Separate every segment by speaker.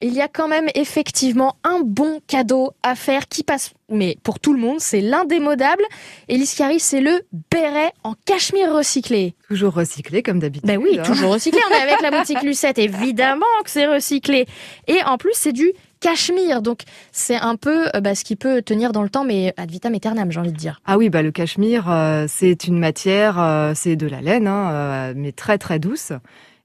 Speaker 1: Il y a quand même effectivement un bon cadeau à faire qui passe, mais pour tout le monde, c'est l'indémodable. Elise Carrie, c'est le béret en cachemire recyclé.
Speaker 2: Toujours recyclé comme d'habitude.
Speaker 1: Ben oui,
Speaker 2: hein.
Speaker 1: toujours recyclé. On est avec la boutique Lucette, évidemment que c'est recyclé. Et en plus, c'est du cachemire, donc c'est un peu euh, bah, ce qui peut tenir dans le temps, mais ad vitam aeternam, j'ai envie de dire.
Speaker 2: Ah oui, bah le cachemire, euh, c'est une matière, euh, c'est de la laine, hein, euh, mais très très douce.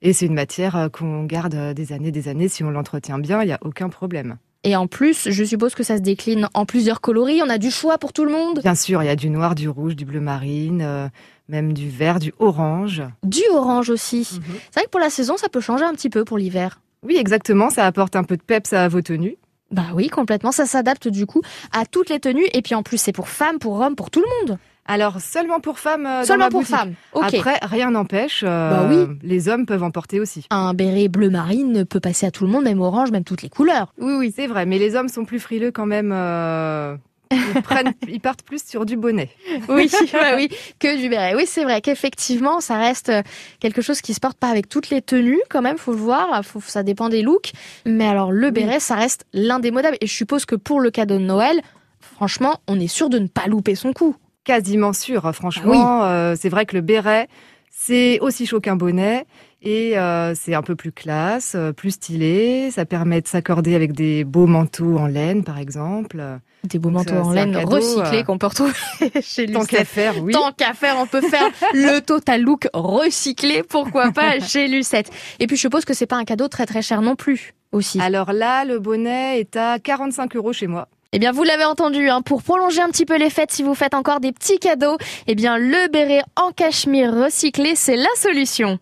Speaker 2: Et c'est une matière euh, qu'on garde euh, des années, des années. Si on l'entretient bien, il n'y a aucun problème.
Speaker 1: Et en plus, je suppose que ça se décline en plusieurs coloris. On a du choix pour tout le monde.
Speaker 2: Bien sûr, il y a du noir, du rouge, du bleu marine, euh, même du vert, du orange.
Speaker 1: Du orange aussi. C'est vrai que pour la saison, ça peut changer un petit peu pour l'hiver.
Speaker 2: Oui, exactement, ça apporte un peu de peps à vos tenues.
Speaker 1: Bah oui, complètement. Ça s'adapte du coup à toutes les tenues. Et puis en plus, c'est pour femmes, pour hommes, pour tout le monde.
Speaker 2: Alors seulement pour femmes euh, dans
Speaker 1: Seulement
Speaker 2: ma
Speaker 1: pour
Speaker 2: boutique.
Speaker 1: femmes. Ok.
Speaker 2: Après, rien n'empêche, euh,
Speaker 1: Bah
Speaker 2: les hommes peuvent en porter aussi.
Speaker 1: Un béret bleu marine peut passer à tout le monde, même orange, même toutes les couleurs.
Speaker 2: Oui, oui, c'est vrai, mais les hommes sont plus frileux quand même. euh, ils, prennent- ils partent plus sur du bonnet.
Speaker 1: Oui, bah oui, que du béret. Oui, c'est vrai qu'effectivement, ça reste euh, quelque chose qui se porte pas avec toutes les tenues, quand même, faut le voir. Faut, ça dépend des looks. Mais alors, le béret, ça reste l'indémodable. Et je suppose que pour le cadeau de Noël, franchement, on est sûr de ne pas louper son coup.
Speaker 2: quasiment sûr. hein, Franchement, Euh, c'est vrai que le béret, c'est aussi chaud qu'un bonnet et euh, c'est un peu plus classe, euh, plus stylé. Ça permet de s'accorder avec des beaux manteaux en laine, par exemple. Euh,
Speaker 1: Des beaux
Speaker 2: Donc,
Speaker 1: manteaux
Speaker 2: ça,
Speaker 1: en
Speaker 2: c'est un
Speaker 1: laine
Speaker 2: cadeau,
Speaker 1: recyclés
Speaker 2: euh,
Speaker 1: qu'on peut retrouver chez
Speaker 2: Tant
Speaker 1: Lucette.
Speaker 2: qu'à faire, oui.
Speaker 1: Tant qu'à faire, on peut faire le total look recyclé, pourquoi pas, chez Lucette. Et puis je suppose que c'est pas un cadeau très très cher non plus aussi.
Speaker 2: Alors là, le bonnet est à 45 euros chez moi.
Speaker 1: Eh bien, vous l'avez entendu, hein, pour prolonger un petit peu les fêtes, si vous faites encore des petits cadeaux, eh bien, le béret en cachemire recyclé, c'est la solution.